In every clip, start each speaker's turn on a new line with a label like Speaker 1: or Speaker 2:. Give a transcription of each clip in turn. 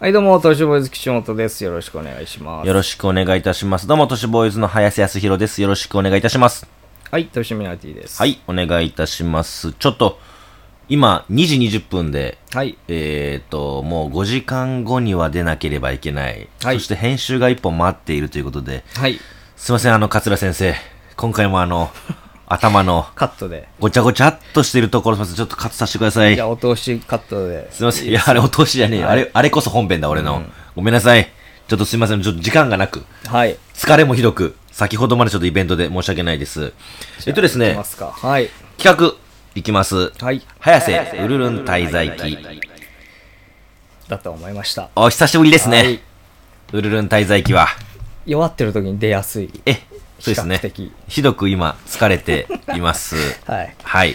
Speaker 1: はい、どうも、トシボーイズ岸本です。よろしくお願いします。
Speaker 2: よろしくお願いいたします。どうも、都市ボーイズの林康弘です。よろしくお願いいたします。
Speaker 1: はい、トシミナティです。
Speaker 2: は。い、お願いいたします。ちょっと、今、2時20分で、
Speaker 1: はい。
Speaker 2: えっ、ー、と、もう5時間後には出なければいけない。
Speaker 1: はい
Speaker 2: そして編集が1本待っているということで、
Speaker 1: はい。
Speaker 2: すいません、あの、桂先生。今回もあの、 頭の、
Speaker 1: カットで。
Speaker 2: ごちゃごちゃっとしているところ、すいません、ちょっとカットさせてください
Speaker 1: じゃ。あ、お通しカットで。
Speaker 2: すいません、いや、あれ落としじゃねえよ。あれ、あれこそ本編だ、俺の。ごめんなさい。ちょっとすいません、ちょっと時間がなく。
Speaker 1: はい。
Speaker 2: 疲れもひどく、先ほどまでちょっとイベントで申し訳ないです。えっとです
Speaker 1: いき
Speaker 2: ね
Speaker 1: ま、すか。はい。
Speaker 2: 企画、いきます。
Speaker 1: はい。
Speaker 2: 早瀬うるるん滞在記。
Speaker 1: だと思いました。
Speaker 2: お久しぶりです
Speaker 1: はい
Speaker 2: ね。うるるん滞在記は。
Speaker 1: 弱ってる時に出やすい。
Speaker 2: え、そうです
Speaker 1: 比較
Speaker 2: ね
Speaker 1: 的。
Speaker 2: ひどく今、疲れて います。
Speaker 1: はい。
Speaker 2: はい。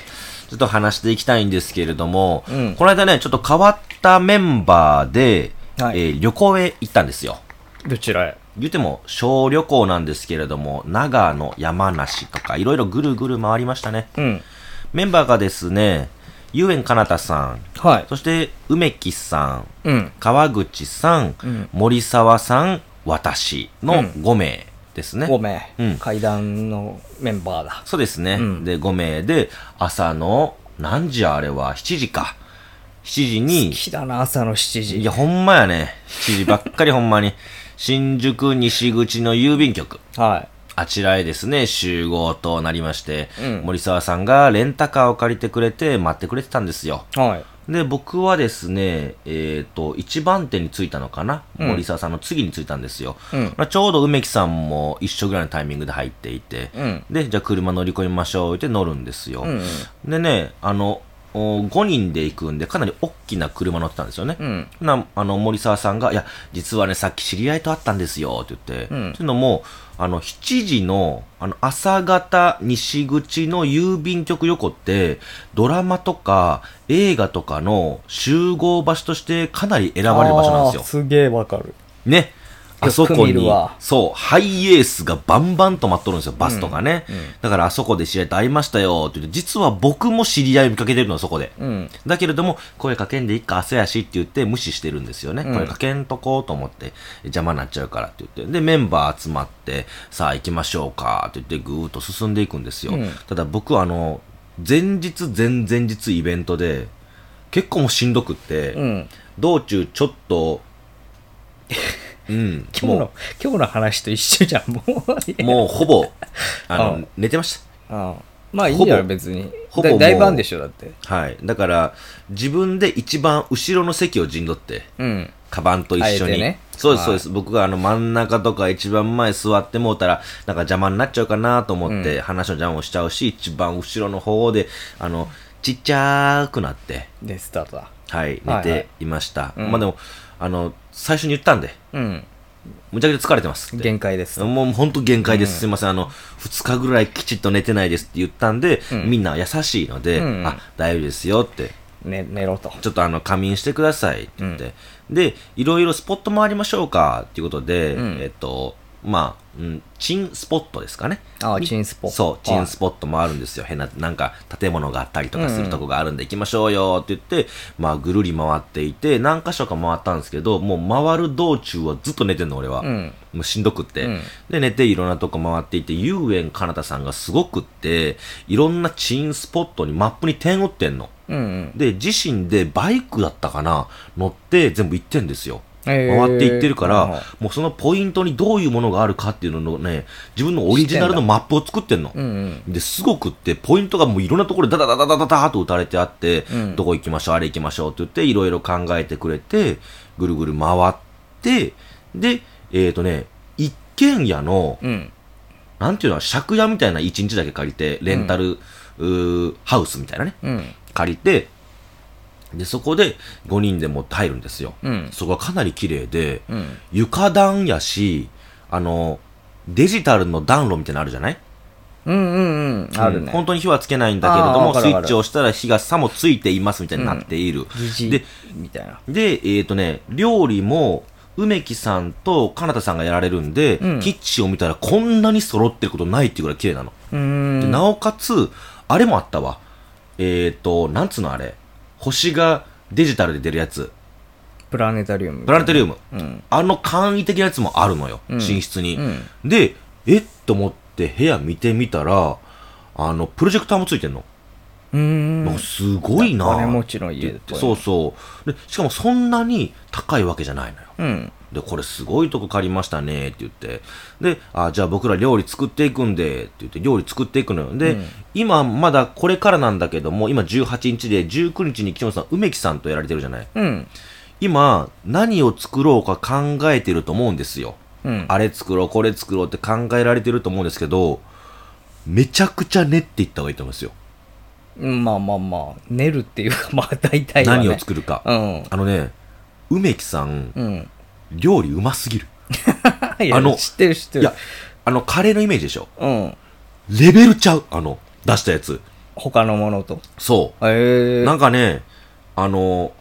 Speaker 2: ちょっと話していきたいんですけれども、
Speaker 1: うん
Speaker 2: この間ね、ちょっと変わったメンバーで、
Speaker 1: はい
Speaker 2: えー旅行へ行ったんですよ。
Speaker 1: どちらへ
Speaker 2: 言っても小旅行なんですけれども、長野、山梨とか、いろいろぐるぐる回りましたね。
Speaker 1: うん。
Speaker 2: メンバーがですね、遊園かなたさん、
Speaker 1: はい。
Speaker 2: そして梅木さん、
Speaker 1: うん。
Speaker 2: 川口さん、
Speaker 1: うん
Speaker 2: 森沢さん、私
Speaker 1: う
Speaker 2: の
Speaker 1: ん
Speaker 2: 5名ですね。
Speaker 1: 5名。
Speaker 2: うん
Speaker 1: 階段のメンバーだ。
Speaker 2: そうですね。
Speaker 1: うん
Speaker 2: で、5名で、朝の、何時あれは、7時か。7時に、
Speaker 1: 日だな、朝の7時。
Speaker 2: いや、ほんまやね。7時ばっ かりほんまに。新宿西口の郵便局。
Speaker 1: は
Speaker 2: あちらへですね、集合となりまして、
Speaker 1: うん
Speaker 2: 森沢さんがレンタカーを借りてくれて待ってくれてたんですよ。
Speaker 1: い。はい。
Speaker 2: で、僕はですね、えっ、と、1番手に着いたのかな、
Speaker 1: うん
Speaker 2: 森沢さんの次に着いたんですよ。
Speaker 1: うん
Speaker 2: まあ、ちょうど梅木さんも一緒ぐらいのタイミングで入っていて、
Speaker 1: うん。
Speaker 2: で、じゃあ車乗り込みましょうって乗るんですよ。
Speaker 1: うん。
Speaker 2: でね、あの、5人で行くんで、かなり大きな車乗ってたんですよね。
Speaker 1: うん。
Speaker 2: なあの森沢さんが、いや、実はね、さっき知り合いと会ったんですよって言って、
Speaker 1: うん
Speaker 2: というのも、あの7時のあの朝方西口の郵便局横って、ドラマとか映画とかの集合場所としてかなり選ばれる場所なんで
Speaker 1: あ
Speaker 2: す
Speaker 1: ー
Speaker 2: よ。
Speaker 1: すげえわかる。
Speaker 2: ね。あそこ
Speaker 1: よく見
Speaker 2: に
Speaker 1: るわ、
Speaker 2: そう、ハイエースがバンバンと待っとるんですよ、バスとかね。
Speaker 1: うんうん
Speaker 2: だからあそこで知り合いと会いましたよって言って、実は僕も知り合いを見かけてるの、そこで。
Speaker 1: うん。
Speaker 2: だけれども、声かけんでいいか、汗やしって言って無視してるんですよね。
Speaker 1: うん
Speaker 2: 声かけんとこうと思って、邪魔になっちゃうからって言って。で、メンバー集まって、さあ行きましょうかって言って、ぐーっと進んでいくんですよ。
Speaker 1: うん
Speaker 2: ただ僕はあの、前日、前々日イベントで、結構もうしんどくって、
Speaker 1: うん。
Speaker 2: 道中ちょっと、 うん、
Speaker 1: 今日
Speaker 2: も
Speaker 1: の、今日の話と一緒じゃん、もう。
Speaker 2: う、もうほぼ、あ の、
Speaker 1: うん
Speaker 2: 寝てました。
Speaker 1: うんま あいいんじゃな
Speaker 2: ほ
Speaker 1: い
Speaker 2: ぼ
Speaker 1: 別に。
Speaker 2: ほぼ
Speaker 1: だ
Speaker 2: もう
Speaker 1: 大番でしょ、だって。
Speaker 2: はい。だから、自分で一番後ろの席を陣取って、
Speaker 1: うん。
Speaker 2: カバンと一緒
Speaker 1: あえて
Speaker 2: に。
Speaker 1: ね
Speaker 2: そうで
Speaker 1: はい
Speaker 2: す、そうです。僕があの真ん中とか一番前座ってもうたら、なんか邪魔になっちゃうかなと思って、話の邪魔をしちゃうし、一番後ろの方で、あの、ちっちゃーくなって、
Speaker 1: で、スタートだ。
Speaker 2: はい、
Speaker 1: はいは
Speaker 2: 寝
Speaker 1: い
Speaker 2: ていました。
Speaker 1: うん
Speaker 2: まあでも、あの、最初に言ったんで、
Speaker 1: うん。
Speaker 2: むちゃくちゃ疲れてますって。
Speaker 1: 限界です。
Speaker 2: もう本当限界です、
Speaker 1: うん
Speaker 2: すいません、あの、2日ぐらいきちっと寝てないですって言ったんで、
Speaker 1: うん
Speaker 2: みんな優しいので、
Speaker 1: うん
Speaker 2: あ、大丈夫ですよって、
Speaker 1: ね、寝ろと。
Speaker 2: ちょっとあの仮眠してくださいって言って、で、いろいろスポット回りましょうかっていうことで、
Speaker 1: うん
Speaker 2: えっと、まあ、うん、チンスポットですかね。
Speaker 1: ああ、
Speaker 2: み
Speaker 1: チンスポ。
Speaker 2: そう、チンス
Speaker 1: ポ。
Speaker 2: ポットもあるんですよ。変な、なんか建物があったりとか
Speaker 1: う
Speaker 2: す
Speaker 1: んう
Speaker 2: る
Speaker 1: ん
Speaker 2: とこがあるんで行きましょうよって言って、まあぐるり回っていて、何箇所か回ったんですけど、もう回る道中はずっと寝てんの俺は。
Speaker 1: うん。
Speaker 2: もうしんどくって、
Speaker 1: うん
Speaker 2: で、寝ていろんなとこ回っていて、遊園かなたさんがすごくって、いろんなチンスポットにマップに点打ってんの。
Speaker 1: うんうん。
Speaker 2: で、自身でバイクだったかな乗って全部行ってんですよ。
Speaker 1: 回
Speaker 2: 回っていってるから、もうそのポイントにどういうものがあるかっていうのをね、自分のオリジナルのマップを作ってんの
Speaker 1: う。んうん。
Speaker 2: で、すごくって、ポイントがもういろんなところでダダダダダダダーと打たれてあって、
Speaker 1: うん
Speaker 2: どこ行きましょう、あれ行きましょうって言って、いろいろ考えてくれて、ぐるぐる回って、で、えっ、ー、とね、一軒家の、
Speaker 1: うん。
Speaker 2: なんていうの、借家みたいな一日だけ借りて、レンタル、うーハウスみたいなね、
Speaker 1: うん。
Speaker 2: 借りて、で、そこで5人でもう入るんですよ。
Speaker 1: うん。
Speaker 2: そこはかなり綺麗で、
Speaker 1: うん。
Speaker 2: 床暖やし、あの、デジタルの暖炉みたいなのあるじゃない
Speaker 1: うんうんうん。ある
Speaker 2: うん
Speaker 1: ね。
Speaker 2: 本当に火はつけないんだけれど
Speaker 1: あーわ
Speaker 2: も、
Speaker 1: か
Speaker 2: ス
Speaker 1: る
Speaker 2: イ
Speaker 1: わか
Speaker 2: ッ
Speaker 1: る
Speaker 2: チを押したら火がさもついていますみたいになっている。
Speaker 1: 疑似
Speaker 2: で、
Speaker 1: みたいな。
Speaker 2: で、えっ、とね、料理も、梅木さんとかなたさんがやられるんで、
Speaker 1: うん
Speaker 2: キッチンを見たらこんなに揃ってることないっていうぐらい綺麗なの。
Speaker 1: うーん。
Speaker 2: でなおかつ、あれもあったわ。えっ、と、なんつうのあれ。星がデジタルで出るやつ。
Speaker 1: プラネタリウム。
Speaker 2: プラネタリウム、
Speaker 1: うん。
Speaker 2: あの簡易的なやつもあるのよ、
Speaker 1: うん
Speaker 2: 寝室に、
Speaker 1: うん
Speaker 2: でえっと思って部屋見てみたらあのプロジェクターもついてんの、
Speaker 1: うーん。
Speaker 2: なんかすごいな
Speaker 1: お金持ちの家
Speaker 2: っ
Speaker 1: ってぽいな
Speaker 2: そうそうでしかもそんなに高いわけじゃないのよ
Speaker 1: うん。
Speaker 2: で、これすごいとこ借りましたねって言って、で、あ、じゃあ僕ら料理作っていくんで、って言って料理作っていくのよ。で、今まだこれからなんだけども、今18日で19日に岸本さん、梅木さんとやられてるじゃない。
Speaker 1: うん。
Speaker 2: 今、何を作ろうか考えてると思うんですよ。
Speaker 1: うん。
Speaker 2: あれ作ろう、これ作ろうって考えられてると思うんですけど、めちゃくちゃ練っていった方がいいと思いますよ。
Speaker 1: うんまあまあまあ、練るっていうか、まあ大体は、ね。
Speaker 2: 何を作るか。
Speaker 1: うん。
Speaker 2: あのね、梅木さん、
Speaker 1: うん。
Speaker 2: 料理うますぎる。
Speaker 1: いや
Speaker 2: あの
Speaker 1: 知ってる知って
Speaker 2: い
Speaker 1: る。
Speaker 2: や、あの、カレーのイメージでしょ。
Speaker 1: うん。
Speaker 2: レベルちゃうあの、出したやつ。
Speaker 1: 他のものと。
Speaker 2: そ
Speaker 1: え
Speaker 2: う。
Speaker 1: え
Speaker 2: なんかね、あの、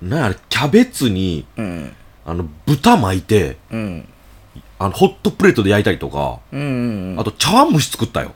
Speaker 2: なんやあれ、キャベツに、
Speaker 1: うん。
Speaker 2: あの、豚巻いて、
Speaker 1: うん。
Speaker 2: あの、ホットプレートで焼いたりとか、
Speaker 1: うんうん。
Speaker 2: あと、茶碗蒸し作ったよ。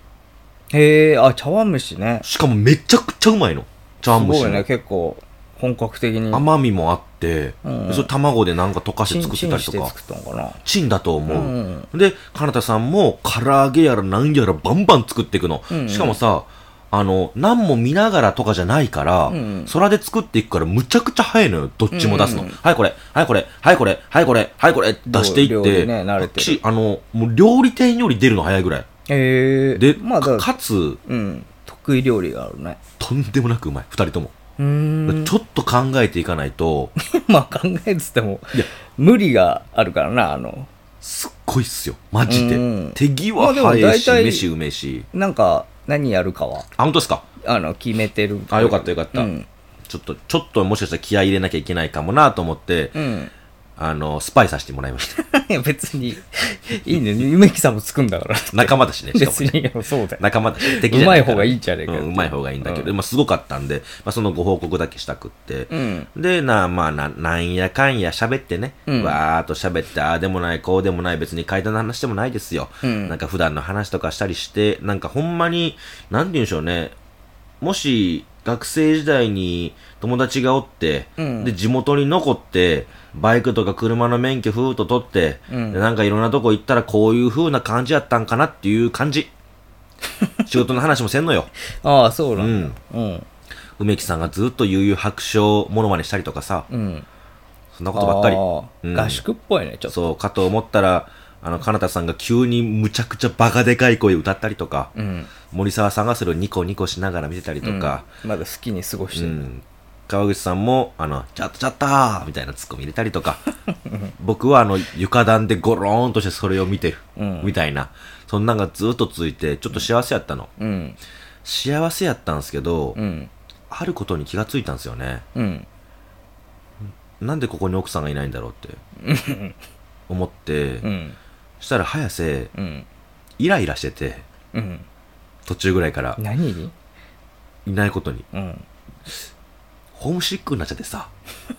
Speaker 1: へえ、あ、茶碗蒸しね。
Speaker 2: しかもめちゃくちゃうまいの。茶
Speaker 1: す
Speaker 2: 碗蒸し
Speaker 1: ご
Speaker 2: の。
Speaker 1: いね、結構、本格的に。
Speaker 2: 甘みもあって、
Speaker 1: うん
Speaker 2: でそれ卵でなんか溶か
Speaker 1: チ
Speaker 2: して
Speaker 1: ン
Speaker 2: 作っ
Speaker 1: チ
Speaker 2: てた
Speaker 1: ン
Speaker 2: り
Speaker 1: し
Speaker 2: と
Speaker 1: て
Speaker 2: か
Speaker 1: 作。ったのかな。
Speaker 2: チンだと思う。
Speaker 1: うん
Speaker 2: で、かなたさんも、唐揚げやらなんやらバンバン作っていくの。
Speaker 1: うんうん
Speaker 2: しかもさ、あの、何も見ながらとかじゃないから、
Speaker 1: うんうん
Speaker 2: 空で作っていくからむちゃくちゃ早いのよ、どっちも出すの。
Speaker 1: うんうん
Speaker 2: はいこれ、はいこれ、はいこれ、はいこれ、はいこれ、出していっ
Speaker 1: 料
Speaker 2: て、
Speaker 1: 理ね慣れてる
Speaker 2: しあの、もう料理店より出るの早いぐらい。
Speaker 1: へえ。
Speaker 2: で、
Speaker 1: まあ、だ
Speaker 2: かかつ、
Speaker 1: うん。得意料理があるね。
Speaker 2: とんでもなくうまい、二人とも。
Speaker 1: うーん。
Speaker 2: ちょっと考えていかないと、
Speaker 1: まあ考えてても
Speaker 2: いや、
Speaker 1: 無理があるからな、あの、
Speaker 2: すっごいっすよ、マジで。
Speaker 1: うん
Speaker 2: 手際
Speaker 1: まあでも
Speaker 2: 早い
Speaker 1: 大
Speaker 2: し、
Speaker 1: 体
Speaker 2: 飯うめえし。
Speaker 1: なんか、何やるかは、
Speaker 2: あ、本当ですか
Speaker 1: あの、決めてる。
Speaker 2: あ、よかったよかった。
Speaker 1: うん。
Speaker 2: ちょっと、ちょっともしかしたら気合い入れなきゃいけないかもなと思って、
Speaker 1: うん。
Speaker 2: あの、スパイさせてもらいました。
Speaker 1: いや、別に、いいね。梅木さんもつくん だから。
Speaker 2: 仲間だしね、しかも
Speaker 1: 別
Speaker 2: ね。
Speaker 1: に、いやそうだよ。
Speaker 2: 仲間だし、敵じゃなから
Speaker 1: うまい方がいいんじゃねえかよ
Speaker 2: うんうまい方がいいんだけど、
Speaker 1: う
Speaker 2: まあすごかったんで、まあそのご報告だけしたくって。
Speaker 1: うん。
Speaker 2: で、なあ、まあな、なんやかんや喋ってね、
Speaker 1: うん
Speaker 2: わーっと喋って、ああでもない、こうでもない、別に階段の話でもないですよ。
Speaker 1: うん
Speaker 2: なんか普段の話とかしたりして、なんかほんまに、なんて言うんでしょうね、もし学生時代に友達がおって、
Speaker 1: うん
Speaker 2: で、地元に残って、バイクとか車の免許ふーっと取って、
Speaker 1: うん
Speaker 2: でなんかいろんなとこ行ったらこういう風な感じやったんかなっていう感 じ。仕事の話もせんのよ。
Speaker 1: ああ、そう
Speaker 2: う
Speaker 1: なんだ。う
Speaker 2: ん。
Speaker 1: ん。
Speaker 2: 梅木さんがずっと悠々白書ものまねしたりとかさ、
Speaker 1: うん。
Speaker 2: そんなことばっかり
Speaker 1: あ。ー
Speaker 2: うん
Speaker 1: 合宿っぽいね、ちょっと。
Speaker 2: そう、かと思ったら、あの、かなたさんが急にむちゃくちゃバカでかい声歌ったりとか、
Speaker 1: うん。
Speaker 2: 森沢さんがそれをニコニコしながら見てたりとか、
Speaker 1: うんまだ好きに過ごし
Speaker 2: う
Speaker 1: てる。
Speaker 2: ん川口さんも、あの、ちゃったちゃったーみたいなツッコミ入れたり とか、僕はあの、床暖でゴローンとしてそれを見てる、
Speaker 1: うん
Speaker 2: みたいな、そんなんがずっと続いて、ちょっと幸せやったの。
Speaker 1: うん。
Speaker 2: 幸せやったんですけど、
Speaker 1: うん。
Speaker 2: あることに気がついたんですよね。
Speaker 1: うん。
Speaker 2: なんでここに奥さんがいないんだろうって、 思って、
Speaker 1: うん。
Speaker 2: したら早瀬、
Speaker 1: うん。
Speaker 2: イライラしてて、
Speaker 1: うん。
Speaker 2: 途中ぐらいから、
Speaker 1: 何に
Speaker 2: いないことに、
Speaker 1: うん。
Speaker 2: ホームシックになっちゃってさ、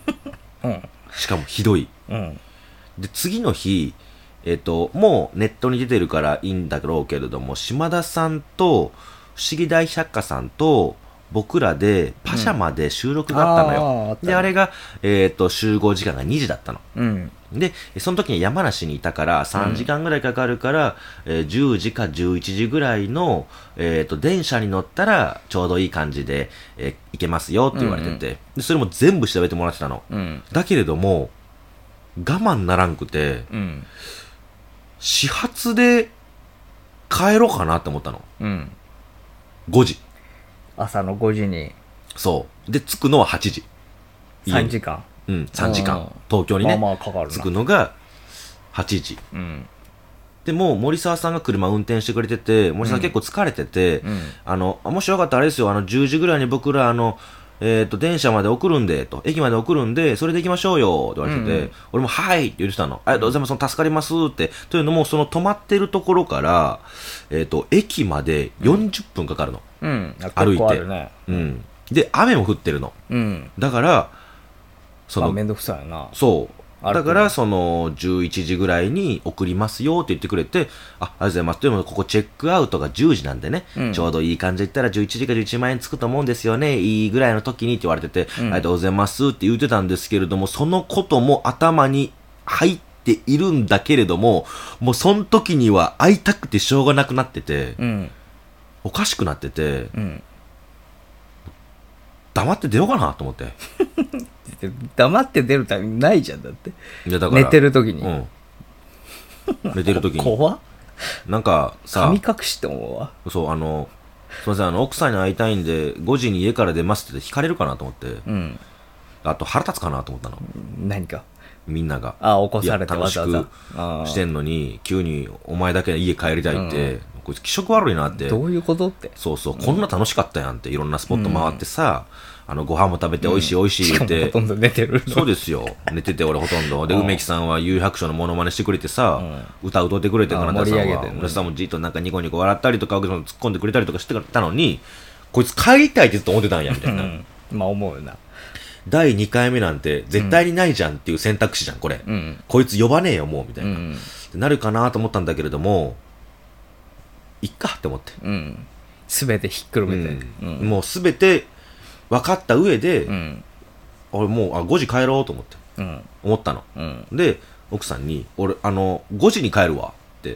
Speaker 1: うん。
Speaker 2: しかもひどい。
Speaker 1: うん。
Speaker 2: で、次の日、えっ、と、もうネットに出てるからいいんだろうけれども、島田さんと、不思議大百科さんと、僕らで、パシャマで収録があったのよ。
Speaker 1: あーあったね
Speaker 2: で、あれが、えっ、と、集合時間が2時だったの。
Speaker 1: うん。
Speaker 2: で、その時に山梨にいたから、3時間ぐらいかかるから、えー10時か11時ぐらいの、えっ、と、電車に乗ったら、ちょうどいい感じで、えー行けますよって言われてて、で、それも全部調べてもらってたの。
Speaker 1: うん。
Speaker 2: だけれども、我慢ならんくて、
Speaker 1: うん。
Speaker 2: 始発で帰ろうかなって思ったの。
Speaker 1: うん。
Speaker 2: 5時。
Speaker 1: 朝の5時に
Speaker 2: そう。で、着くのは8時。家
Speaker 1: 3
Speaker 2: に
Speaker 1: 時間。
Speaker 2: うん、3時
Speaker 1: うん
Speaker 2: 間。東京に
Speaker 1: まあ
Speaker 2: ね、
Speaker 1: まあかかる
Speaker 2: 着
Speaker 1: な
Speaker 2: く。のが8時。
Speaker 1: うん。
Speaker 2: でも、森沢さんが車運転してくれてて、森沢さん結構疲れてて、
Speaker 1: うん。
Speaker 2: あの、あもしよかったらあれですよ、あの、10時ぐらいに僕ら、あの、えっ、と、電車まで送るんで、と、駅まで送るんで、それで行きましょうよ、って言われてて、
Speaker 1: うんうん
Speaker 2: 俺も、はいって言ってたの。ありがとうございます、その助かりますって。というのも、その止まってるところから、えっ、と、駅まで40分かかるの。
Speaker 1: うん。あ
Speaker 2: 歩い
Speaker 1: 結
Speaker 2: て
Speaker 1: 構あるね。
Speaker 2: うん。で、雨も降ってるの。
Speaker 1: うん。
Speaker 2: だから、そ
Speaker 1: まあ
Speaker 2: の、
Speaker 1: めんどくさいな。
Speaker 2: そう、
Speaker 1: ある
Speaker 2: だ
Speaker 1: と
Speaker 2: か
Speaker 1: 思う
Speaker 2: ら、その、11時ぐらいに送りますよって言ってくれて、あ、ありがとうございます。でも、ここチェックアウトが10時なんでね、
Speaker 1: うん
Speaker 2: ちょうどいい感じで言ったら11時か11万円つくと思うんですよね、いいぐらいの時にって言われてて、
Speaker 1: うん
Speaker 2: ありがとうございますって言ってたんですけれども、そのことも頭に入っているんだけれども、もうその時には会いたくてしょうがなくなってて、
Speaker 1: うん、
Speaker 2: おかしくなってて、
Speaker 1: うん。
Speaker 2: 黙って出ようかなと思って。
Speaker 1: 黙って出るタイミングないじゃん、だって。
Speaker 2: いやだから
Speaker 1: 寝てる時に。
Speaker 2: うん。寝てる時に。
Speaker 1: 怖っ
Speaker 2: なんかさ
Speaker 1: 神、隠しって思うわ。
Speaker 2: そう、あの、すみません、あの、奥さんに会いたいんで、5時に家から出ますって言って引かれるかなと思って、
Speaker 1: うん。
Speaker 2: あと腹立つかなと思ったの、
Speaker 1: 何か。
Speaker 2: みんなが。
Speaker 1: あ、起こされて
Speaker 2: いや
Speaker 1: わざわざ。あ
Speaker 2: 楽しく
Speaker 1: ー
Speaker 2: してんのに、急にお前だけ家帰りたいって、こいつ気色悪いなって。
Speaker 1: どういうことって。
Speaker 2: そうそう、こんな楽しかったやんって、いろんなスポット回ってさ、あの、ご飯も食べて、美味しい美味し
Speaker 1: し
Speaker 2: い
Speaker 1: かもほ
Speaker 2: って
Speaker 1: と。んど寝てるの。
Speaker 2: そうですよ。寝てて俺ほとんど。で、
Speaker 1: うん
Speaker 2: 梅木さんは有白書のモノマネしてくれてさ、歌歌ってくれて、
Speaker 1: あ
Speaker 2: 金田さ
Speaker 1: 盛
Speaker 2: ん
Speaker 1: り上
Speaker 2: は
Speaker 1: げ。てね
Speaker 2: 俺さんもじっとなんかニコニコ笑ったりとか、奥さんも突っ込んでくれたりとかしてたのに、こいつ帰りたいってずっと思ってたんや、みたいうな。
Speaker 1: ん。まあ思うよな。
Speaker 2: 第2回目なんて絶対にないじゃんっていう選択肢じゃん、これ。
Speaker 1: うん。
Speaker 2: こいつ呼ばねえよ、もう、みたいうな。っ
Speaker 1: ん。
Speaker 2: てなるかなと思ったんだけれども、いっかって思って。
Speaker 1: うん。すべてひっくるめて。うん。
Speaker 2: もうすべて分かった上で、
Speaker 1: うん。
Speaker 2: 俺もうあ5時帰ろうと思って、
Speaker 1: うん。
Speaker 2: 思ったの。
Speaker 1: うん。
Speaker 2: で奥さんに「俺あの5時に帰るわ」って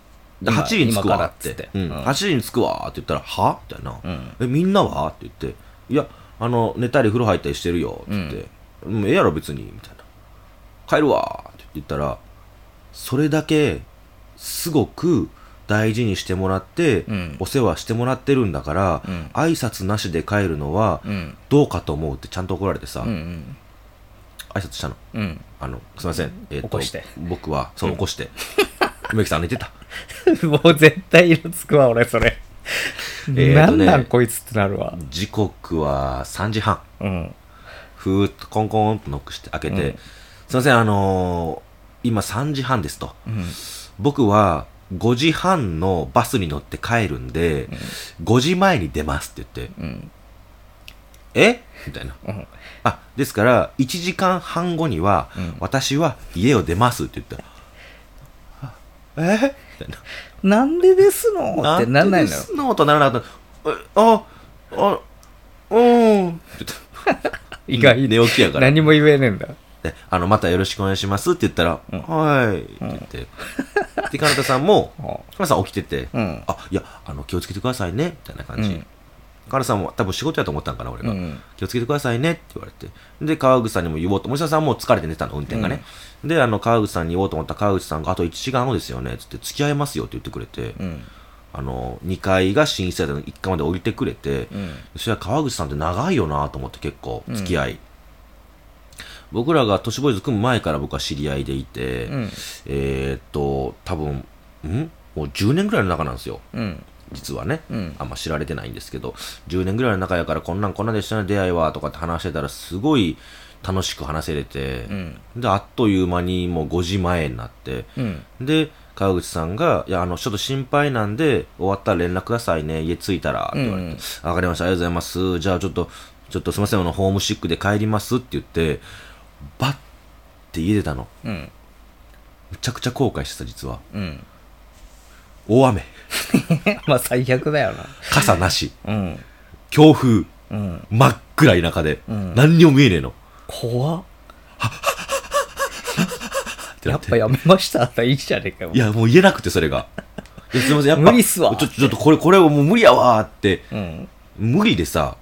Speaker 2: 「で
Speaker 1: 今
Speaker 2: 8時に着く
Speaker 1: 今か
Speaker 2: わ」
Speaker 1: ら
Speaker 2: っ
Speaker 1: ってつって
Speaker 2: うん
Speaker 1: うん
Speaker 2: 8時に着くわ」って言ったら「は?」みたいな
Speaker 1: うん
Speaker 2: 「えみんなは?」って言って「いやあの寝たり風呂入ったりしてるよ」って言って「うん、ええやろ別に」みたいな「帰るわ」って言ったらそれだけすごく大事にしてもらって、
Speaker 1: うん
Speaker 2: お世話してもらってるんだから、
Speaker 1: うん
Speaker 2: 挨拶なしで帰るのは
Speaker 1: うん。
Speaker 2: どうかと思うってちゃんと怒られてさ、
Speaker 1: うん。
Speaker 2: 挨拶したの
Speaker 1: うん。
Speaker 2: あの、すみません。えーと
Speaker 1: 起こして
Speaker 2: 僕は、そう、起こして。 梅木さん寝てた。
Speaker 1: もう絶対色つくわ、俺、それ。
Speaker 2: ー
Speaker 1: な
Speaker 2: と
Speaker 1: ん
Speaker 2: ね
Speaker 1: なんこいつってなるわ。
Speaker 2: 時刻は3時半。
Speaker 1: うん。
Speaker 2: ふーっとコンコンとノックして開けて、
Speaker 1: うん
Speaker 2: すみません、あのー今3時半ですと。僕は5時半のバスに乗って帰るんで、5時前に出ますって言って、
Speaker 1: うん。
Speaker 2: えみたいな。
Speaker 1: うん。
Speaker 2: あ、ですから、1時間半後には、
Speaker 1: うん
Speaker 2: 私は家を出ますって言った。あえみたいな。
Speaker 1: なんでですのってなんないのよ
Speaker 2: ん。てですのとならなかった。えあ、あ、うん。
Speaker 1: 意外に。
Speaker 2: 寝起きやから。
Speaker 1: 何も言えねえんだ。
Speaker 2: であの、またよろしくお願いしますって言ったら、
Speaker 1: うん
Speaker 2: はい。って言って。で、かなたさんも、
Speaker 1: う
Speaker 2: かなたさん起きてて、
Speaker 1: ん。
Speaker 2: あ、いや、あの、気をつけてくださいね、みたいな感じ。
Speaker 1: うん
Speaker 2: かなたさんも多分仕事やと思ったんかな、俺
Speaker 1: う
Speaker 2: が。
Speaker 1: ん。
Speaker 2: 気をつけてくださいねって言われて。で、川口さんにも言おうと。森下さんも疲れて寝てたの、運転がね。で、あの、川口さんに言おうと思ったら川口さんが、あと1時間後ですよね、つって、付き合いますよって言ってくれて、
Speaker 1: うん。
Speaker 2: あの、2階が新世代の1階まで降りてくれて、
Speaker 1: うん。
Speaker 2: そりゃ川口さんって長いよなと思って結構
Speaker 1: うん
Speaker 2: 付き合い、僕らが都市ボーイズ組む前から僕は知り合いでいて、
Speaker 1: うん。
Speaker 2: えーっと多分んもう10年ぐらいの中なんですよ
Speaker 1: うん。
Speaker 2: 実はね、
Speaker 1: うん
Speaker 2: あんま知られてないんですけど10年ぐらいの中やからこんなんこんなんでしたね出会いはとかって話してたらすごい楽しく話せれて
Speaker 1: う、ん。
Speaker 2: であっという間にもう5時前になって、
Speaker 1: うん。
Speaker 2: で川口さんが「いやあのちょっと心配なんで終わったら連絡くださいね家着いたら」って言われて
Speaker 1: うん
Speaker 2: 「わ、かりましたありがとうございますじゃあちょっとちょっとすいませんあのホームシックで帰ります」って言ってバッて家出たの
Speaker 1: うん。
Speaker 2: むちゃくちゃ後悔してた実は
Speaker 1: うん。
Speaker 2: 大雨
Speaker 1: まあ最悪だよ
Speaker 2: 傘なし
Speaker 1: な。うん。
Speaker 2: 強風
Speaker 1: うん。
Speaker 2: 真っ暗田舎で、
Speaker 1: うん
Speaker 2: 何にも見えねえの
Speaker 1: 怖っ。
Speaker 2: て
Speaker 1: や
Speaker 2: な
Speaker 1: ってぱやめましたっていいじゃねえかよ。
Speaker 2: いやもう言えなくてそれがいやすいませんやっぱ
Speaker 1: 無理っすわ
Speaker 2: ちょちょっとこれこれもう無理やわーって
Speaker 1: うん。
Speaker 2: 無理でさ、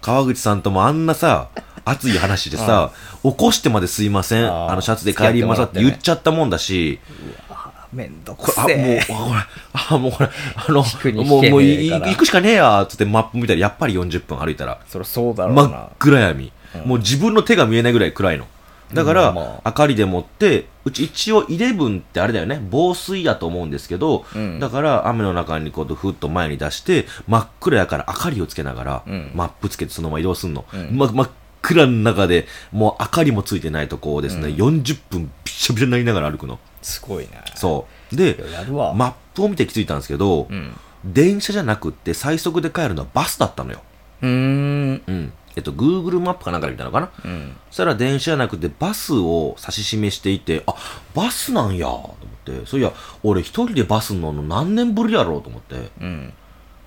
Speaker 2: 川口さんともあんなさ、熱い話 でさ、起こしてまですいません、
Speaker 1: あー
Speaker 2: あのシャツで帰りまさって言っちゃったもんだし、
Speaker 1: あめんどく
Speaker 2: こ
Speaker 1: せ
Speaker 2: れ
Speaker 1: え。
Speaker 2: あ、もう、あ、これ、あ、もうこれ、あ
Speaker 1: 引
Speaker 2: の、
Speaker 1: くに
Speaker 2: も
Speaker 1: 引け
Speaker 2: う、もう
Speaker 1: ね
Speaker 2: い
Speaker 1: えから
Speaker 2: 行くしかねえや、つってマップ見たら、やっぱり40分歩いたら、
Speaker 1: そりゃそうだろう
Speaker 2: 真っ
Speaker 1: な。
Speaker 2: 暗闇、
Speaker 1: うん
Speaker 2: もう自分の手が見えないぐらい暗いの。だか
Speaker 1: うんま
Speaker 2: ら
Speaker 1: あ、
Speaker 2: 明かりでもって、うち一応イレブンってあれだよね、防水やと思うんですけど、
Speaker 1: うん
Speaker 2: だから雨の中にこうふっと前に出して、真っ暗やから明かりをつけながら、
Speaker 1: うん
Speaker 2: マップつけてそのまま移動すんの。
Speaker 1: うん
Speaker 2: ま真っ暗の中で、もう明かりもついてないとこをですね、
Speaker 1: うん
Speaker 2: 40分びしょびしょになりながら歩くの。
Speaker 1: すごいな。
Speaker 2: そう。で
Speaker 1: い、ややるわ。
Speaker 2: マップを見て気づいたんですけど、
Speaker 1: うん。
Speaker 2: 電車じゃなくって最速で帰るのはバスだったのよ。
Speaker 1: うーん。
Speaker 2: うん。えっと、Google マップかなんかで見たのかな、
Speaker 1: うん。
Speaker 2: そしたら電車じゃなくてバスを指し示していて、あ、バスなんや、と思って。そういや、俺一人でバス乗るの何年ぶりやろうと思って。
Speaker 1: うん。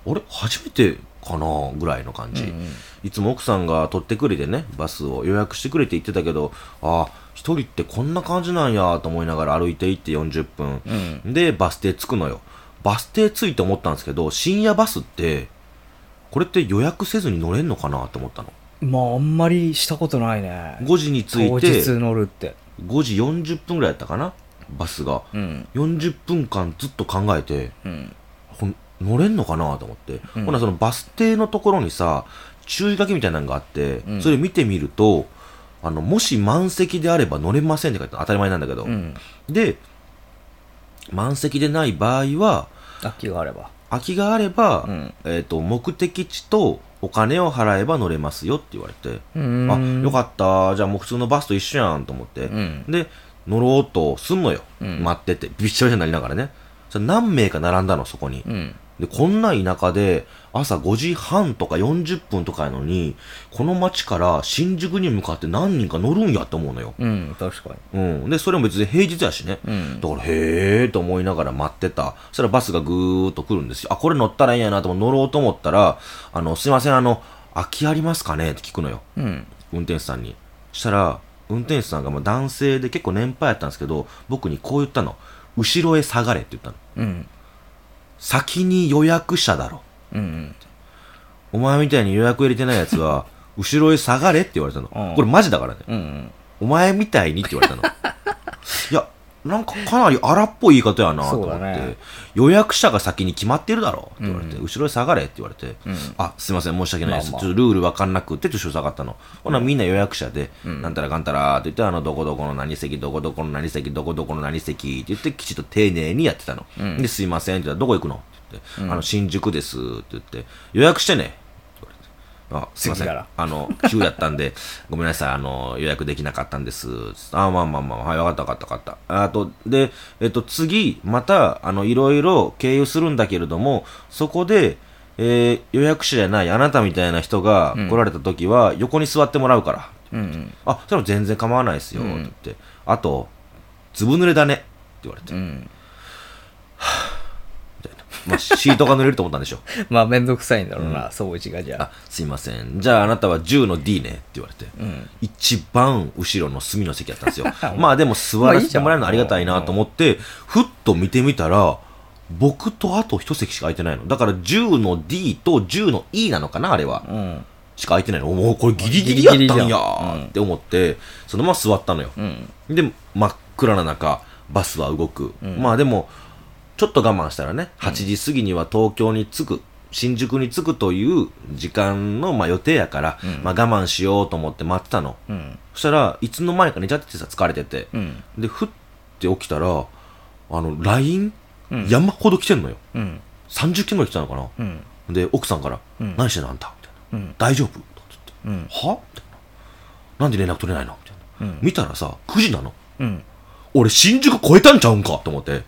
Speaker 2: あれ初めてかなぐらいの感じ、
Speaker 1: うん
Speaker 2: いつも奥さんが取ってくれてね、バスを予約してくれて言ってたけど、あ、一人ってこんな感じなんや、と思いながら歩いていって40分。
Speaker 1: うん。
Speaker 2: で、バス停着くのよ。バス停着いて思ったんですけど、深夜バスって、これって予約せずに乗れんのかなと思ったの。
Speaker 1: まあ、あんまりしたことないね。
Speaker 2: 5時に着い
Speaker 1: 当
Speaker 2: て、
Speaker 1: 日乗るって。
Speaker 2: 5時40分ぐらいやったかなバスが
Speaker 1: うん。
Speaker 2: 40分間ずっと考えて
Speaker 1: うん。
Speaker 2: これ乗れんのかなと思って、
Speaker 1: うん
Speaker 2: ほなそのバス停のところにさ注意書きみたいなのがあって、
Speaker 1: うん
Speaker 2: それ見てみるとあのもし満席であれば乗れませんって書いてある当たり前なんだけど、
Speaker 1: うん。
Speaker 2: で満席でない場合は
Speaker 1: 空きがあれば。
Speaker 2: 空きがあれば、
Speaker 1: うん
Speaker 2: えー、と目的地とお金を払えば乗れますよって言われて、
Speaker 1: うん
Speaker 2: あよかったじゃあもう普通のバスと一緒やんと思って、
Speaker 1: うん。
Speaker 2: で、乗ろうとすんのよ。
Speaker 1: うん
Speaker 2: 待ってて。びっしょびしょになりながらね。それ何名か並んだの、そこに
Speaker 1: う。ん。
Speaker 2: で、こんな田舎で、朝5時半とか40分とかやのに、この街から新宿に向かって何人か乗るんやって思うのよ。
Speaker 1: うん。確か
Speaker 2: うん。で、それも別に平日やしね。
Speaker 1: に。うん。
Speaker 2: だから、へーと思いながら待ってた。そしたらバスがぐーっと来るんですよ。あ、これ乗ったらいいんやなと思う乗ろうと思ったら、あの、すいません、あの、空きありますかねって聞くのよ。
Speaker 1: うん。
Speaker 2: 運転手さんにしたら運転手さんがまあ男性で結構年配やったんですけど僕にこう言ったの後ろへ下がれって言ったの
Speaker 1: うん。
Speaker 2: 先に予約者だろ
Speaker 1: うん。
Speaker 2: お前みたいに予約入れてないやつは後ろへ下がれって言われたの、
Speaker 1: うん
Speaker 2: これマジだからね
Speaker 1: うん。
Speaker 2: お前みたいにって言われたの いやなんかかなり荒っぽい言い方やなと思って、
Speaker 1: そうだね
Speaker 2: 予約者が先に決まってるだろって言われて、
Speaker 1: う
Speaker 2: 後ろへ下がれって言われて、
Speaker 1: うん
Speaker 2: あすいません申し訳ないです、
Speaker 1: まあまあ
Speaker 2: ちょっとルール分かんなくって後ろ下がったの、ほなみんな予約者で、
Speaker 1: うん
Speaker 2: なんたらかんたらって言ってあのどこどこの何席どこどこの何席どこどこの何席って言ってきちっと丁寧にやってたの、
Speaker 1: うん
Speaker 2: ですいませんって言ったらどこ行くのって言って、
Speaker 1: うん
Speaker 2: あの新宿ですって言って予約してねあすいませ
Speaker 1: 次か
Speaker 2: ん
Speaker 1: ら。
Speaker 2: あの、急やったんで、 ごめんなさい、あの、予約できなかったんです。あ、まあまあまあ、はい、わかったわかったわかった。あと、で、えっと、次、また、あの、いろいろ経由するんだけれども、そこで、えー予約者じゃない、あなたみたいな人が
Speaker 1: うん
Speaker 2: 来られた時は、横に座ってもらうから。
Speaker 1: うん。
Speaker 2: あ、それも全然構わないですよ、
Speaker 1: うん
Speaker 2: って言って。あと、ずぶ濡れだね、って言われて。
Speaker 1: うん。
Speaker 2: まあ、シートが濡れると思ったんでしょ。
Speaker 1: まあ、めんどくさいんだろうな、掃除がじゃ
Speaker 2: あ
Speaker 1: あ。、
Speaker 2: すいません。じゃあ、あなたは10の D ね、って言われて。
Speaker 1: うん。
Speaker 2: 一番後ろの隅の席だったん ですよ。まあでも座らせてもらえるのありがたいなと思って、ふっと見てみたら、僕とあと一席しか空いてないの。だから10の D と10の E なのかなあれは。
Speaker 1: うん。
Speaker 2: しか空いてないの。もうこれギリギリやったんやーって思って、そのまま座ったのよ。
Speaker 1: うん。
Speaker 2: で、真っ暗な中、バスは動く。まあでも、ちょっと我慢したらね、8時過ぎには東京に着く、新宿に着くという時間のまあ予定やから、まあ我慢しようと思って待ってたの。
Speaker 1: うん。
Speaker 2: そしたらいつの間にか寝ちゃっててさ疲れてて、
Speaker 1: うん。
Speaker 2: でふって起きたらあの LINE、
Speaker 1: うん
Speaker 2: 山ほど来てんのよ
Speaker 1: うん。
Speaker 2: 30件ぐらい来たのかな、
Speaker 1: うん。
Speaker 2: で奥さんから「
Speaker 1: うん
Speaker 2: 何してんのあんた」みたいな
Speaker 1: うん
Speaker 2: 「大丈夫?」とかって
Speaker 1: うん。
Speaker 2: 言って「は?」みたいな「なんで連絡取れないの?」みたいな、
Speaker 1: うん
Speaker 2: 見たらさ9時なの
Speaker 1: うん。
Speaker 2: 俺新宿越えたんちゃうんかと思って、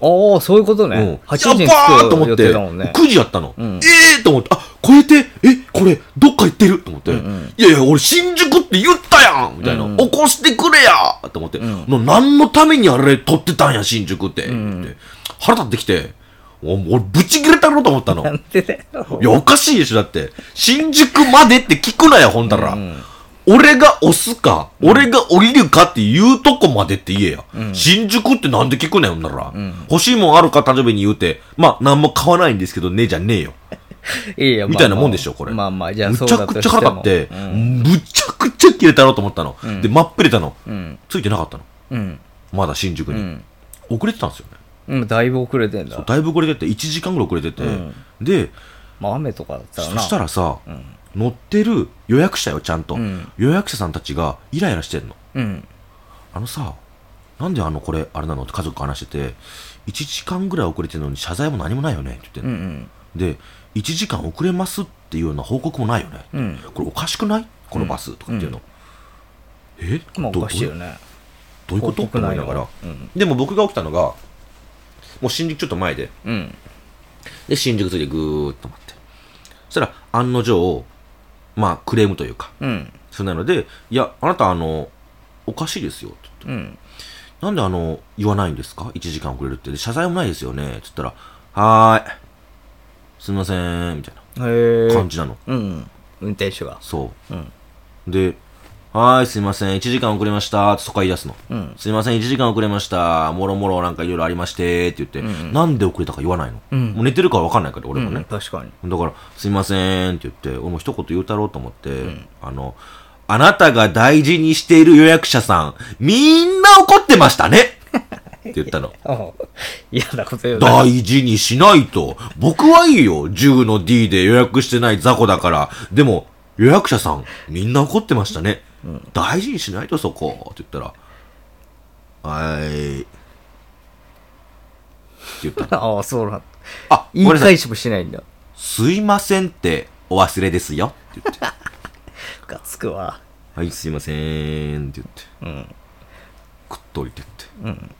Speaker 1: ああ、そういうこと
Speaker 2: うん
Speaker 1: ね。8時に
Speaker 2: やっばー
Speaker 1: 着
Speaker 2: と
Speaker 1: く
Speaker 2: 思
Speaker 1: 予
Speaker 2: って、
Speaker 1: 定だもんね。
Speaker 2: 9時やったの、
Speaker 1: ん
Speaker 2: ええと思ってあ越えてえこれどっか行ってると思って、
Speaker 1: うんうん
Speaker 2: いやいや俺新宿って言ったやんみたいな、
Speaker 1: うん
Speaker 2: 起こしてくれやと思って、
Speaker 1: ん
Speaker 2: の何のためにあれ撮ってたんや新宿って,、
Speaker 1: ん
Speaker 2: って腹立ってきてお俺ブチ切れたろと思ったの
Speaker 1: なんでだよ
Speaker 2: い。やおかしいでしょだって新宿までって聞くなよほんだら、
Speaker 1: うん
Speaker 2: 俺が押すか、俺が降りるかっていうとこまでって言えや。新宿ってなんで聞くねん、ほんなら、欲しいもんあるか、誕生日に言うて。まあ、なんも買わないんですけどね、じゃねえよ。
Speaker 1: いやいや、
Speaker 2: みたいなもんでしょ、これ。
Speaker 1: まあまあ、じゃあ
Speaker 2: む
Speaker 1: そう
Speaker 2: ちゃ
Speaker 1: だ
Speaker 2: く
Speaker 1: と
Speaker 2: ち
Speaker 1: して
Speaker 2: ゃ
Speaker 1: も。
Speaker 2: 腹立って、
Speaker 1: うん
Speaker 2: むちゃくちゃ切れたろと思ったの。で、真っぺれたの、
Speaker 1: ん
Speaker 2: ついてなかったの。
Speaker 1: うん。
Speaker 2: まだ新宿に。
Speaker 1: ん
Speaker 2: 遅れてたんですよね。
Speaker 1: うん。だいぶ遅れてんだ。
Speaker 2: だいぶ遅れてて、1時間ぐらい遅れてて。
Speaker 1: うん
Speaker 2: で、
Speaker 1: まあ、雨とかだった
Speaker 2: そ
Speaker 1: らな。
Speaker 2: した
Speaker 1: ら、
Speaker 2: らさ、乗ってる予約者よ、ちゃんと、
Speaker 1: うん
Speaker 2: 予約者さんたちがイライラしてんの。
Speaker 1: うん。
Speaker 2: あのさ、なんであのこれ、あれなのって家族が話してて、1時間ぐらい遅れてるのに謝罪も何もないよねって言ってん
Speaker 1: う
Speaker 2: の、
Speaker 1: ん
Speaker 2: で、1時間遅れますっていうような報告もないよね。
Speaker 1: うん。うん。
Speaker 2: これおかしくないこのバスとかっていうの。え
Speaker 1: まあ、
Speaker 2: ど
Speaker 1: おかしいよね。
Speaker 2: どういうこ
Speaker 1: 報
Speaker 2: とって
Speaker 1: 告
Speaker 2: 思
Speaker 1: ない
Speaker 2: いな
Speaker 1: の
Speaker 2: がら。
Speaker 1: うん。
Speaker 2: でも僕が起きたのが、もう新宿ちょっと前で、
Speaker 1: うん。
Speaker 2: で、新宿着いてぐーっと待って。そしたら、案の定、まあ、クレームというか、
Speaker 1: うん
Speaker 2: それなので、いや、あなた、あの、おかしいですよ、って言って
Speaker 1: うん
Speaker 2: なんであの、言わないんですか ?1 時間遅れるって。で謝罪もないですよね。つったら、はーい。すみません、みたい
Speaker 1: へ
Speaker 2: な
Speaker 1: え
Speaker 2: 感じなの。
Speaker 1: うん運転手が
Speaker 2: そう。
Speaker 1: うん
Speaker 2: で、はーい、すみません、1時間遅れました、ってそこから言い出すの。
Speaker 1: うん
Speaker 2: すみません、1時間遅れました、もろもろなんかいろいろありまして、って言って、なんで遅れたか言わないの。
Speaker 1: うん
Speaker 2: もう寝てるからわかんないから、俺も
Speaker 1: う
Speaker 2: ね。
Speaker 1: ん確かに
Speaker 2: だから、すいませんって言って、俺も一言言うたろうと思って、あの、あなたが大事にしている予約者さん、みんな怒ってましたねって言ったの。
Speaker 1: ああ 嫌なこと言うな
Speaker 2: 大事にしないと。僕はいいよ。10の D で予約してない雑魚だから。でも、予約者さん、みんな怒ってましたね。大事にしないとそこ。って言ったら、はーい。って言った の。
Speaker 1: ああそうなん
Speaker 2: あ、ご
Speaker 1: 言い
Speaker 2: めんなさ
Speaker 1: 返
Speaker 2: い。
Speaker 1: しもしないんだ
Speaker 2: すいませんってお忘れですよ。って言って。
Speaker 1: ムカつくわ
Speaker 2: はい、すいませんって言って、
Speaker 1: うん
Speaker 2: くっと降りてって。
Speaker 1: うん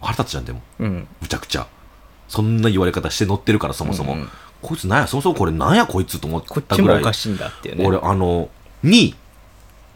Speaker 2: 腹立つじゃん、でも。
Speaker 1: うん
Speaker 2: むちゃくちゃ。そんな言われ方して乗ってるから、そもそも。
Speaker 1: うんうん
Speaker 2: こいつなんや、そもそもこれなんや、こいつと思っ
Speaker 1: こったち
Speaker 2: ぐ
Speaker 1: も
Speaker 2: ら
Speaker 1: お
Speaker 2: い。
Speaker 1: かしいんだっていうね
Speaker 2: 俺、あの、2位、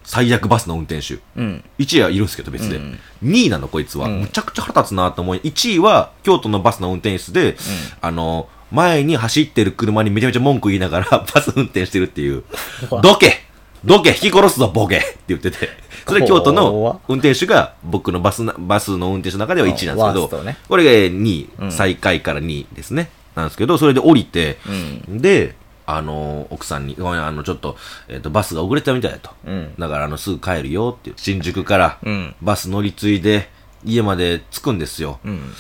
Speaker 2: 最悪バスの運転手。
Speaker 1: うん
Speaker 2: 1位はいるんですけど、別で。
Speaker 1: うん
Speaker 2: 2位なの、こいつは。
Speaker 1: うん
Speaker 2: むちゃくちゃ腹立つなと思い、1位は京都のバスの運転手で、あの、前に走ってる車にめちゃめちゃ文句言いながら バス運転してるっていう。
Speaker 1: 怖
Speaker 2: どけどけ引き殺すぞ、ボケって言ってて。それ京都の運転手が僕のバスなバスの運転手の中では1位なんですけ
Speaker 1: ワー
Speaker 2: ど
Speaker 1: ス、トね
Speaker 2: これが2位、
Speaker 1: うん
Speaker 2: 最下位から2位ですね。なんですけど、それで降りて、
Speaker 1: うん
Speaker 2: で、あの、奥さんに、ごめん、あの、ちょっと、えっ、と、バスが遅れたみたいだと。
Speaker 1: うん
Speaker 2: だから、あの、すぐ帰るよっていう。新宿から
Speaker 1: うん、
Speaker 2: バス乗り継いで、家まで着くんですよ。
Speaker 1: うん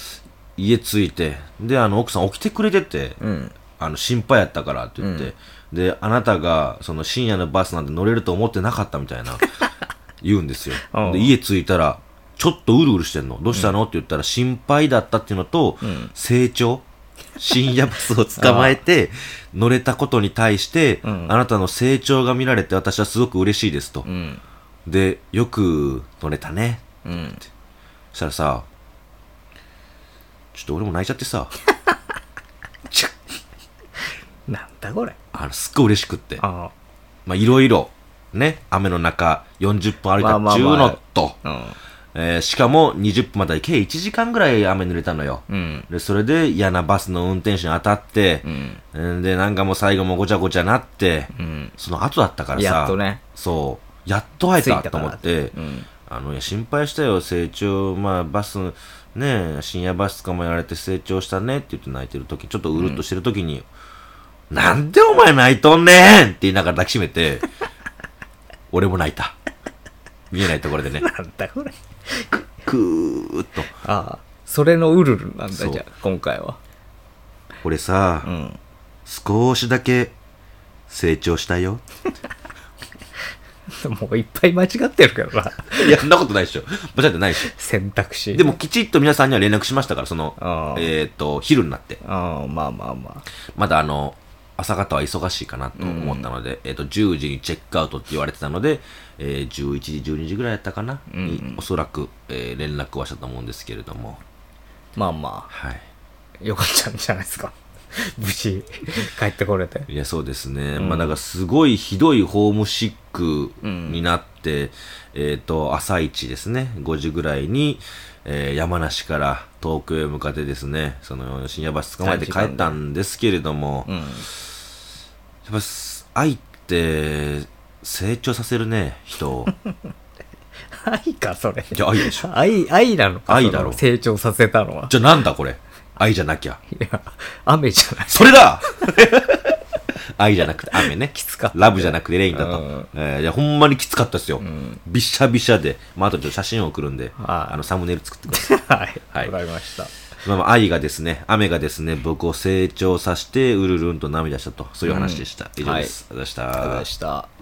Speaker 2: 家着いて、で、あの、奥さん起きてくれてて、
Speaker 1: うん
Speaker 2: あの心配やったからって言って、であなたがその深夜のバスなんて乗れると思ってなかったみた いな言うんですよ
Speaker 1: うん
Speaker 2: で家着いたらちょっとうるうるしてんのどうしたの、って言ったら心配だったっていうのと、
Speaker 1: ん
Speaker 2: 成長深夜バスを捕ま えて乗れたことに対して、
Speaker 1: うん
Speaker 2: あなたの成長が見られて私はすごく嬉しいですと
Speaker 1: う、ん
Speaker 2: でよく乗れたね
Speaker 1: うん
Speaker 2: そしたらさちょっと俺も泣いちゃってさ
Speaker 1: なんだこれ
Speaker 2: あのすっごい嬉しくって
Speaker 1: あ
Speaker 2: まあ、いろいろ、ね、雨の中、40分歩い
Speaker 1: ま
Speaker 2: た
Speaker 1: あま
Speaker 2: っ
Speaker 1: あ
Speaker 2: ちゅう
Speaker 1: まあ
Speaker 2: のと、
Speaker 1: あ
Speaker 2: えーしかも20分まで計1時間ぐらい雨濡れたのよ。
Speaker 1: うん
Speaker 2: で、それで嫌なバスの運転手に当たって
Speaker 1: う、ん
Speaker 2: んで、なんかもう最後もごちゃごちゃなって、
Speaker 1: うん
Speaker 2: その後だったからさ、
Speaker 1: やっとね
Speaker 2: そう、やっと会え
Speaker 1: 着いた
Speaker 2: た
Speaker 1: か
Speaker 2: と
Speaker 1: ら
Speaker 2: 思って、
Speaker 1: うん
Speaker 2: あの、いや、心配したよ、成長、まあ、バス、ね、深夜バス捕まえられて成長したねって言って泣いてる時、ちょっとうるっとしてる時に、 なんでお前泣いとんねんって言いながら抱きしめ て、俺も泣いた。見えないところでね、
Speaker 1: なんだこれ
Speaker 2: くーっと。
Speaker 1: ああそれのウルルなん
Speaker 2: そ
Speaker 1: だ
Speaker 2: う
Speaker 1: じゃあ今回は
Speaker 2: 俺さ、
Speaker 1: うん
Speaker 2: 少しだけ成長したよ。
Speaker 1: もういっぱい間違ってるけどない
Speaker 2: や、そんなこと ないでしょ。間違ってないでし
Speaker 1: 選択肢
Speaker 2: ょ。でも、きちっと皆さんには連絡しましたから、その、
Speaker 1: ああ
Speaker 2: えっ、と、昼になって。
Speaker 1: ああまあまあま
Speaker 2: まだあの、朝方は忙しいかなと思ったので、えっ、と、10時にチェックアウトって言われてたので、えー11時、12時ぐらいやったかな、におそらく、えー連絡はしたと思うんですけれども、
Speaker 1: あまあま
Speaker 2: はい。
Speaker 1: あよかったんじゃないですか 無事帰ってこれて
Speaker 2: いや、そうですね。まあ、だからすごいひどいホームシックになって、えっ、と、朝一ですね、5時ぐらいに、えー山梨から東京へ向かってですね、その、深夜バス捕まえて帰ったんですけれども、
Speaker 1: うん
Speaker 2: やっぱす愛って成長させるね人を
Speaker 1: 愛かそれ
Speaker 2: じゃあ愛でしょ
Speaker 1: 愛愛なのか
Speaker 2: 愛だろ
Speaker 1: その成長させたのは
Speaker 2: じゃあなんだこれ愛じゃなきゃ
Speaker 1: いや雨じゃない
Speaker 2: それだ 愛じゃなくて雨ね
Speaker 1: きつかった
Speaker 2: ラブじゃなくてレインだと、
Speaker 1: うん
Speaker 2: えーいやほんまにきつかったですよ、
Speaker 1: ん
Speaker 2: びしゃびしゃで、まあ、あとちょっと写真を送るんで
Speaker 1: はい
Speaker 2: あのサムネイル作ってください
Speaker 1: はい
Speaker 2: はい
Speaker 1: わかりました
Speaker 2: まあまあ愛がですね雨がですね僕を成長させてうるるんと涙したとそういう話でした、以上です、ありがとうございました
Speaker 1: ありがとうございました